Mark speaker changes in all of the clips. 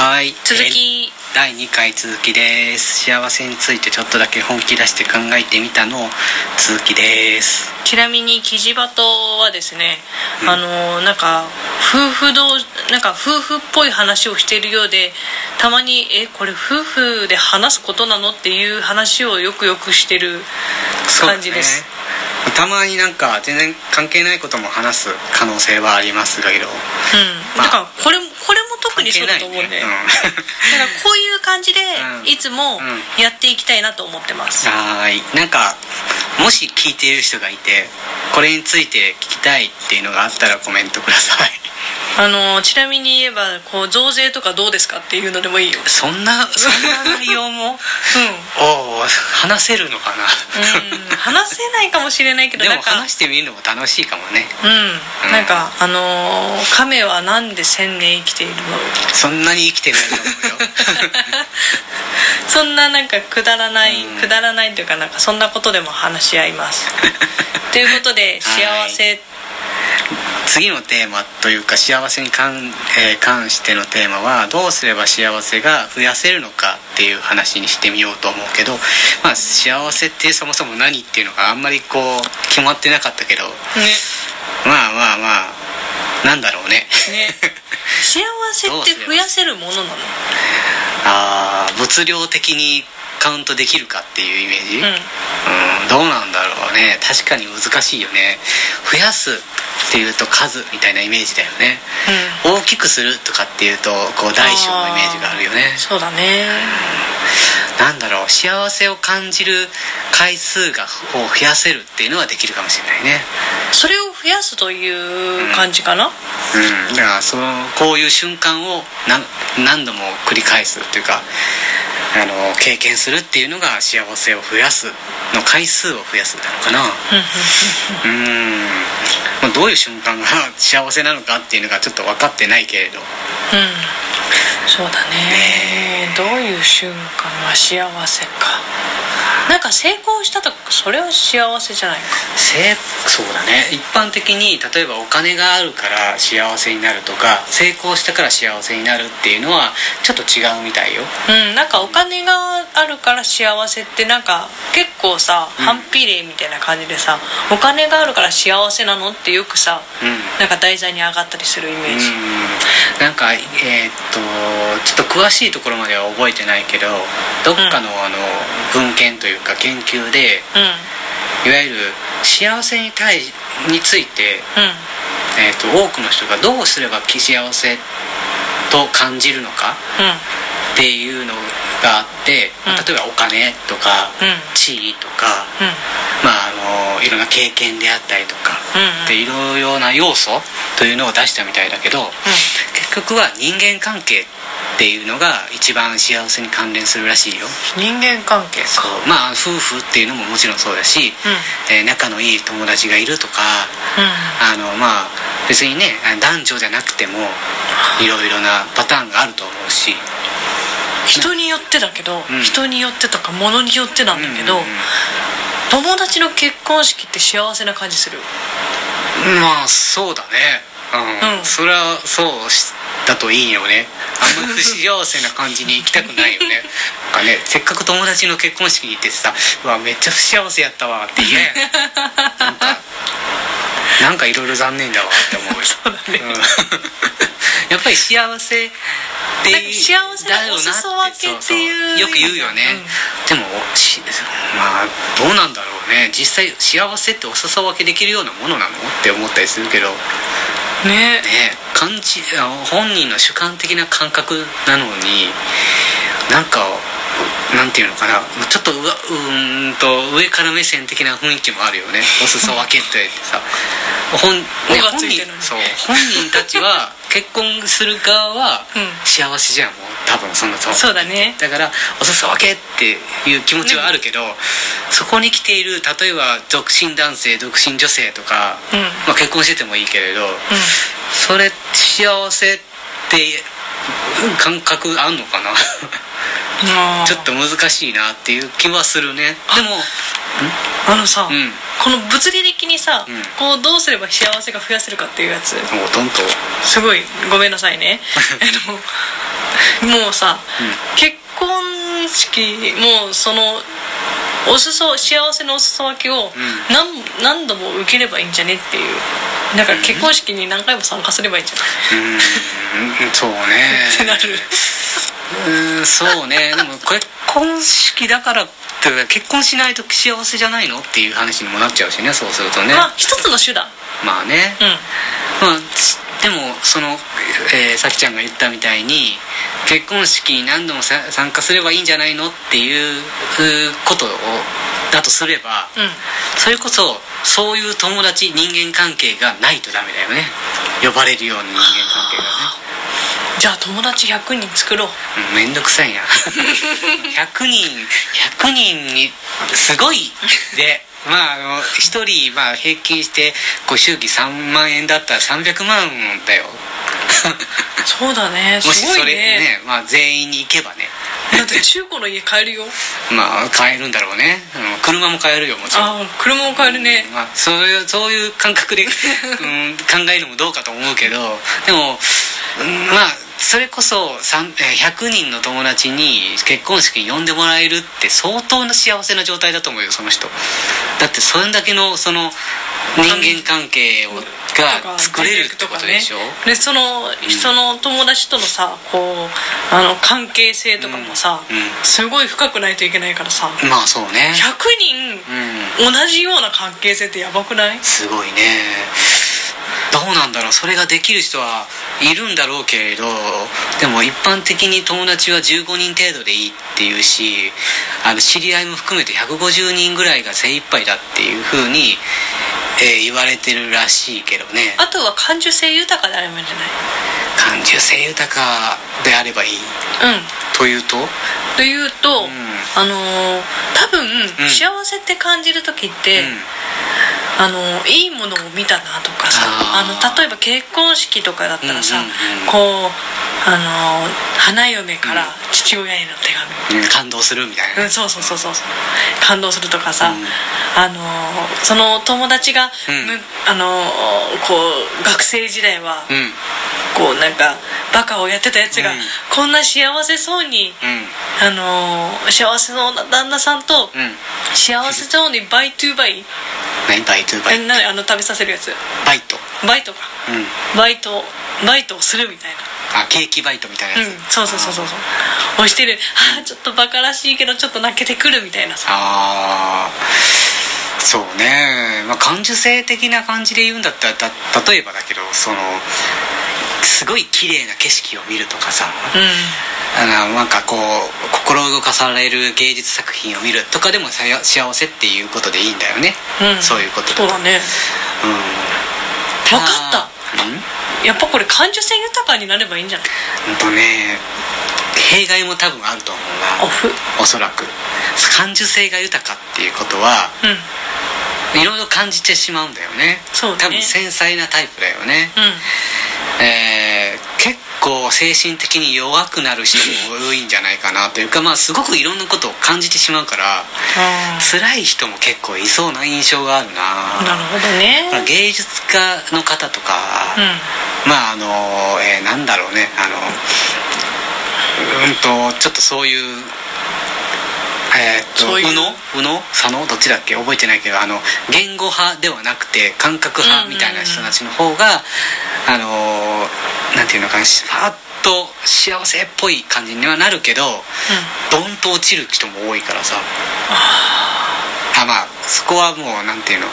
Speaker 1: はい
Speaker 2: 続き、
Speaker 1: 第2回続きです幸せについてちょっとだけ本気出して考えてみたの続きです
Speaker 2: ちなみにキジバトはですね、
Speaker 1: うん
Speaker 2: あのなんか夫婦同なんか夫婦っぽい話をしているようでたまに「えこれ夫婦で話すことなの?」っていう話をよくよくしてる感じです
Speaker 1: そうねたまになんか全然関係ないことも話す可能性はありますけど
Speaker 2: う,、ん、
Speaker 1: まあ
Speaker 2: だからこれもこれも特
Speaker 1: 関
Speaker 2: にそ
Speaker 1: 係
Speaker 2: うだ
Speaker 1: ない
Speaker 2: と
Speaker 1: ね
Speaker 2: 思うんで、
Speaker 1: うん
Speaker 2: だからこういう感じで
Speaker 1: うん
Speaker 2: いつも
Speaker 1: うん
Speaker 2: やっていきたいなと思ってます、
Speaker 1: はーいなんかもし聞いている人がいてこれについて聞きたいっていうのがあったらコメントください
Speaker 2: あのちなみに言えばこう増税とかどうですかっていうのでもいいよ、
Speaker 1: そんなそんな内容も おお話せるのかな
Speaker 2: うん、 うん、話せないかもしれないけど
Speaker 1: で
Speaker 2: な
Speaker 1: も
Speaker 2: んか
Speaker 1: 話してみるのも楽しいかもね
Speaker 2: うん、なんかあのー亀はなんで千年生きているの
Speaker 1: そんなに生きてないと思うよ
Speaker 2: そんななんかくだらない、
Speaker 1: うん
Speaker 2: くだらないというかなんかそんなことでも話し合いますということで幸せ
Speaker 1: 次のテーマというか幸せに関,、えー関してのテーマはどうすれば幸せが増やせるのかっていう話にしてみようと思うけど、まあ、幸せってそもそも何っていうのがあんまりこう決まってなかったけどまあまあまあなんだろうね
Speaker 2: ねね幸せって増やせるものなの
Speaker 1: あー物量的にカウントできるかっていうイメージ、
Speaker 2: うん
Speaker 1: うんどうなんだろうね確かに難しいよね増やすっていうと数みたいなイメージだよね大きくするとかっていうとこう大小のイメージがあるよね
Speaker 2: うんそうだね
Speaker 1: なんだろう幸せを感じる回数がを増やせるっていうのはできるかもしれないね
Speaker 2: それを増やすという感じかな、
Speaker 1: うんだからそのこういう瞬間を何何度も繰り返すっていうかあの経験するっていうのが幸せを増やすの回数を増やすなのかなうーんまあどういう瞬間が 幸せなのかっていうのがちょっと分かってないけれど
Speaker 2: うん、そうだねどういう瞬間が幸せかなんか成功したとかそれは幸せじゃないか
Speaker 1: せそうだね一般的に例えばお金があるから幸せになるとか成功したから幸せになるっていうのはちょっと違うみたいよ
Speaker 2: うんなんかお金があるから幸せってなんか結構さ
Speaker 1: うん
Speaker 2: 反比例みたいな感じでさ、お金があるから幸せなのってよくさ
Speaker 1: うん
Speaker 2: なんか題材に上がったりするイメージ、
Speaker 1: うんなんかえーっとちょっと詳しいところまでは覚えてないけどどっかの,、あの文献というか研究で
Speaker 2: うん
Speaker 1: いわゆる幸せに対について
Speaker 2: うん
Speaker 1: えー、と多くの人がどうすれば幸せと感じるのか
Speaker 2: うん
Speaker 1: っていうのがあって、まあ
Speaker 2: うん
Speaker 1: 例えばお金とか、
Speaker 2: うん
Speaker 1: 地位とか、
Speaker 2: うん
Speaker 1: まあ、あのいろんな経験であったりとか、
Speaker 2: うん
Speaker 1: でいろいろな要素というのを出したみたいだけど、結局は人間関係っていうのが一番幸せに関連するらしいよ。
Speaker 2: 人間関係
Speaker 1: こうまあ、夫婦っていうのももちろんそうだし、
Speaker 2: う
Speaker 1: えー仲のいい友達がいるとか
Speaker 2: うん
Speaker 1: あのまあ別にねあの男女じゃなくてもいろいろなパターンがあると思うし
Speaker 2: 人によってだけど、
Speaker 1: うん
Speaker 2: 人によってとか物によってなんだけど、
Speaker 1: うんうん
Speaker 2: 友達の結婚式って幸せな感じする
Speaker 1: うんまあそうだねうん、
Speaker 2: うん
Speaker 1: それはそうしだといいよねあんまり不幸せな感じに行きたくないよ ねなんかねせっかく友達の結婚式に行ってさ「うわめっちゃ不幸せやったわ」って言えなんかなんかいろいろ残念だわって思うよ
Speaker 2: そうだね
Speaker 1: うん やっぱり幸せって
Speaker 2: なんか幸せのお裾分けっていう
Speaker 1: だよなってそうそうよく言うよね、でもしまあどうなんだろうね実際幸せってお裾分けできるようなものなのって思ったりするけどね
Speaker 2: ね
Speaker 1: 感じあの本人の主観的な感覚なのになんかなんていうのかなちょっとうわうーんと上から目線的な雰囲気もある よねお裾分けってさ本,、ね
Speaker 2: 尾が
Speaker 1: 本
Speaker 2: ついて
Speaker 1: 人
Speaker 2: るのに
Speaker 1: そう本人たち は結婚する側は
Speaker 2: うん
Speaker 1: 幸せじゃんもう多分そのと
Speaker 2: そうだね
Speaker 1: だからお裾分けっていう気持ちはあるけど、そこに来ている例えば独身男性独身女性とか、
Speaker 2: うん
Speaker 1: まあ、結婚しててもいいけれど、
Speaker 2: うん
Speaker 1: それ幸せって感覚あんのかな
Speaker 2: あー
Speaker 1: ちょっと難しいなっていう気はするねでも
Speaker 2: あのさ、
Speaker 1: うん
Speaker 2: この物理的にさ、
Speaker 1: うん
Speaker 2: こうどうすれば幸せが増やせるかっていうやつ
Speaker 1: もうどんと
Speaker 2: すごいごめんなさいねあのもうさ、
Speaker 1: う
Speaker 2: 結婚式もうそのお裾幸せのお裾分けを何,、何度も受ければいいんじゃねっていうだから結婚式に何回も参加すればいいんじゃない、
Speaker 1: うんそうね
Speaker 2: って なる
Speaker 1: うんそうねでも結婚式だからって結婚しないと幸せじゃないのっていう話にもなっちゃうしねそうするとね
Speaker 2: まあ一つの手段
Speaker 1: まあね
Speaker 2: うん
Speaker 1: まあつでもその、えー、さきちゃんが言ったみたいに結婚式に何度もさ参加すればいいんじゃないのっていううーことをだとすれば
Speaker 2: うん
Speaker 1: それこそそういう友達人間関係がないとダメだよね呼ばれるような人間関係がね
Speaker 2: じゃあ友達100人作ろう
Speaker 1: うんめんどく さいな100人100人にすごいでまああの1人まあ平均してご祝儀3万円だったら300万だよ
Speaker 2: そうだね
Speaker 1: も
Speaker 2: す
Speaker 1: し
Speaker 2: ごい
Speaker 1: それ
Speaker 2: ね
Speaker 1: ねまあ、全員に行けばね
Speaker 2: だって中古の家買えるよ
Speaker 1: まあ買えるんだろうね、うん車も買えるよもちろん
Speaker 2: ああ車も買えるね
Speaker 1: まあ、そういうそういう感覚で、うん、考えるのもどうかと思うけどでも、うんまあそれこそさんえー100人の友達に結婚式に呼んでもらえるって相当な幸せな状態だと思うよその人だってそれだけのその人間関係をが作れるってことでしょ、
Speaker 2: とかねでその人の友達とのさこうあの関係性とかもさ、
Speaker 1: うんうん
Speaker 2: すごい深くないといけないからさ
Speaker 1: まあそうね
Speaker 2: 100
Speaker 1: うん
Speaker 2: 人同じような関係性ってやばくない
Speaker 1: すごいねどうなんだろうそれができる人はいるんだろうけれどでも一般的に友達は15人程度でいいっていうしあの知り合いも含めて150人ぐらいが精一杯だっていうふうに、えー言われてるらしいけどね
Speaker 2: あとは感受性豊かであればいいんじゃ
Speaker 1: 感受性豊かであればいい
Speaker 2: ないうん
Speaker 1: というと
Speaker 2: というと、あのー多分、
Speaker 1: うん
Speaker 2: 幸せって感じる時って、
Speaker 1: うん
Speaker 2: あのーいいものを見たなとかさ
Speaker 1: あ
Speaker 2: あ
Speaker 1: ー
Speaker 2: の例えば結婚式とかだったらさ、
Speaker 1: うんうんうん
Speaker 2: こう、あのー花嫁から父親への手紙、
Speaker 1: うん感動するみたいな
Speaker 2: うん、そうそうそうそうそう感動するとかさ、
Speaker 1: うん
Speaker 2: あのーその友達が、
Speaker 1: うん
Speaker 2: むあのーこう学生時代は、
Speaker 1: うん
Speaker 2: こうなんかバカをやってたやつが、
Speaker 1: うん
Speaker 2: こんな幸せそうに、
Speaker 1: うん
Speaker 2: あのー幸せそうな旦那さんと、
Speaker 1: うん
Speaker 2: 幸せそうにバイトゥーバイ、
Speaker 1: 何バイトバイ
Speaker 2: えなにあの食べさせるやつ
Speaker 1: バイト
Speaker 2: バイトか
Speaker 1: うん
Speaker 2: バイトバイトをするみたい
Speaker 1: あケーキバイトみたいな
Speaker 2: な、
Speaker 1: や
Speaker 2: う
Speaker 1: つ、
Speaker 2: ん、そうそうそうそうそうをしてるあーちょっとバカらしいけどちょっと泣けてくるみたいなさ
Speaker 1: ああそうね、まあ、感受性的な感じで言うんだったらた例えばだけどそのすごい綺麗な景色を見るとかさ
Speaker 2: う
Speaker 1: あのなんかこう心動かされる芸術作品を見るとかでもさ幸せっていうことでいいんだよね、
Speaker 2: ん、うん、
Speaker 1: そういうことだ
Speaker 2: そう
Speaker 1: と
Speaker 2: だね
Speaker 1: うん
Speaker 2: 分かった
Speaker 1: うん
Speaker 2: やっぱこれ感受性豊かになればいいんじゃない
Speaker 1: うんとね弊害も多分あると思
Speaker 2: オ
Speaker 1: う
Speaker 2: フうん
Speaker 1: なおそらく感受性が豊かっていうことは色々感じてしまうんだよね
Speaker 2: そうね
Speaker 1: 多分繊細なタイプだよね、
Speaker 2: うん
Speaker 1: えー結構精神的に弱くなる人も多いんじゃないかなというかまあすごくいろんなことを感じてしまうから
Speaker 2: あ
Speaker 1: 辛い人も結構いそうな印象がある
Speaker 2: ーな
Speaker 1: な
Speaker 2: るほど
Speaker 1: だから
Speaker 2: ね
Speaker 1: 芸術家の方とか、
Speaker 2: う
Speaker 1: まああの、えーなんだろうねあのうんとちょっとそういうえーっと
Speaker 2: そういう
Speaker 1: 右脳右脳左脳どっちだっけ覚えてないけどあの言語派ではなくて感覚
Speaker 2: う
Speaker 1: 派
Speaker 2: んうんうん
Speaker 1: みたいな人たちの方が、あのーなんていうのかなパッと幸せっぽい感じにはなるけど
Speaker 2: んうん
Speaker 1: ドンと落ちる人も多いからさあまあそこはもうなんていうの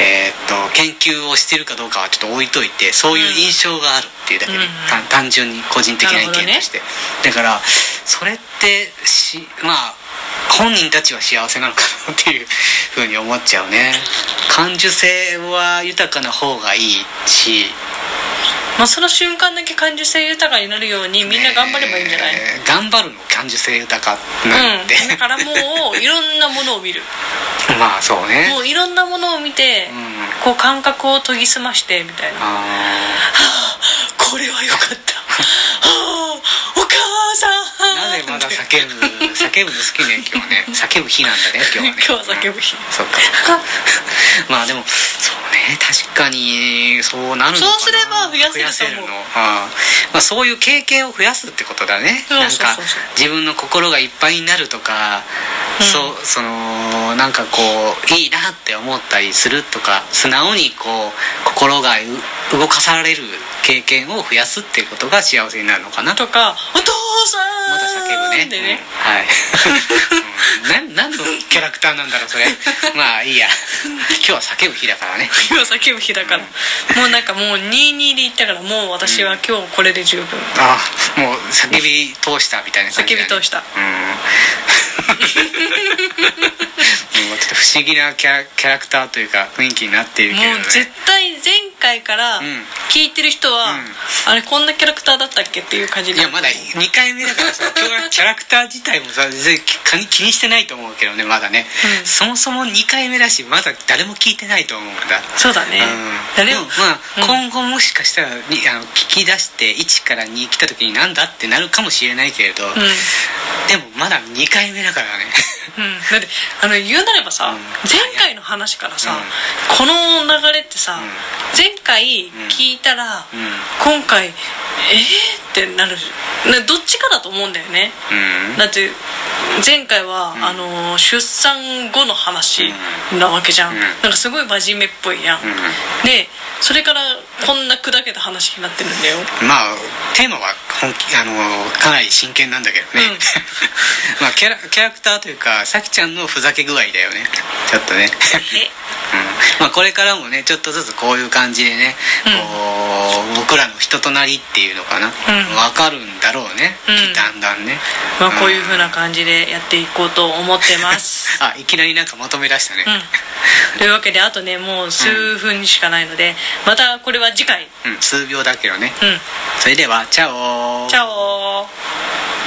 Speaker 1: えーっと研究をしてるかどうかはちょっと置いといてそういう印象があるっていうだけで、
Speaker 2: うん
Speaker 1: 単単純に個人的な意見として、だからそれってしまあ本人たちは幸せなのかなっていうふうに思っちゃうね感受性は豊かな方がいいし
Speaker 2: まあ、その瞬間だけ感受性豊かになるようにみんな頑張ればいいんじゃない、
Speaker 1: えー頑張るの感受性豊かなんて、
Speaker 2: うん、だからもういろんなものを見る
Speaker 1: まあそうね
Speaker 2: もういろんなものを見て、
Speaker 1: うん
Speaker 2: こう感覚を研ぎ澄ましてみたいなは
Speaker 1: あ
Speaker 2: あこれは良かったはあお母さ
Speaker 1: ー
Speaker 2: ん
Speaker 1: なぜまだ叫ぶ叫ぶの好きね今日はね叫ぶ日なんだね今日はね
Speaker 2: 今日は叫ぶ日
Speaker 1: そっかまあでもそうね確かにそうなるのかな
Speaker 2: そうすれば増やせると思う
Speaker 1: のああまあ、そういう経験を増やすってことだね
Speaker 2: そうそうそう
Speaker 1: なんか自分の心がいっぱいになるとか、
Speaker 2: うん
Speaker 1: そうそのなんかこういいなって思ったりするとか素直にこう心がう動かされる経験を増やすっていうことが幸せになるのかなと
Speaker 2: とか「お父さん!」
Speaker 1: また叫ぶね
Speaker 2: で
Speaker 1: う
Speaker 2: ね
Speaker 1: ん、 はい、うん、な何のキャラクターなんだろうそれまあいいや今日は叫ぶ日だからね
Speaker 2: 今叫ぶ日だから、もうなんかもう22で言ったからもう私は今日これで十分、
Speaker 1: ああもう叫び通したみたいな感じ
Speaker 2: 叫
Speaker 1: だ、ね、
Speaker 2: び通した
Speaker 1: うん もうちょっと不思議なキャラキャラクターというか雰囲気になっている
Speaker 2: も
Speaker 1: けれど
Speaker 2: う絶
Speaker 1: ね
Speaker 2: 対前回から
Speaker 1: ん
Speaker 2: 聞いてる人は、
Speaker 1: うん
Speaker 2: あれこんなキャラクターだったっけっていう感じ
Speaker 1: い
Speaker 2: で
Speaker 1: やまだ2回目だからさ 今日はキャラクター自体もさ全然気に気にしてないと思うけどねまだね、
Speaker 2: うん
Speaker 1: そもそも2回目だしまだ誰も聞いてないと思うんだ
Speaker 2: そうだね、
Speaker 1: うん、
Speaker 2: 誰
Speaker 1: で
Speaker 2: も
Speaker 1: も、まあ
Speaker 2: うん
Speaker 1: 今後もしかしたらにあの聞き出して1から2来た時になんだってなるかもしれないけれど、
Speaker 2: うん
Speaker 1: でもまだ2回目だからね
Speaker 2: うん、だってあの言うなればさ、
Speaker 1: うん
Speaker 2: 前回の話からさ、
Speaker 1: うん
Speaker 2: この流れってさ、
Speaker 1: ん
Speaker 2: 前回聞いたら、今回えー、ってなるなどっちかだと思うんだよね、
Speaker 1: うん
Speaker 2: だって前回は、あの出産後の話なわけじゃん、
Speaker 1: うん
Speaker 2: なんかすごい真面目っぽいやん、
Speaker 1: ん
Speaker 2: でそれからこんな砕けた話になってるんだよ
Speaker 1: まあテーマは本気あのかなり真剣なんだけどね、
Speaker 2: うん
Speaker 1: まあキャラキャラクターというかさきちゃんのふざけ具合だよねちょっとね、
Speaker 2: え
Speaker 1: うんまあ、これからもねちょっとずつこういう感じでね、
Speaker 2: うん
Speaker 1: こう僕らの人となりっていうのかな、
Speaker 2: ん
Speaker 1: わかるんだろうね、
Speaker 2: うん
Speaker 1: だんだんね、
Speaker 2: まあこういう
Speaker 1: うん
Speaker 2: 風な感じでやっていこうと思ってます、
Speaker 1: あいきなりなんかまとめ出したね、
Speaker 2: うん、というわけであとねもう数分しかないので、またこれは次回
Speaker 1: うん数秒だけどね
Speaker 2: うん
Speaker 1: それではチャオ
Speaker 2: チャオ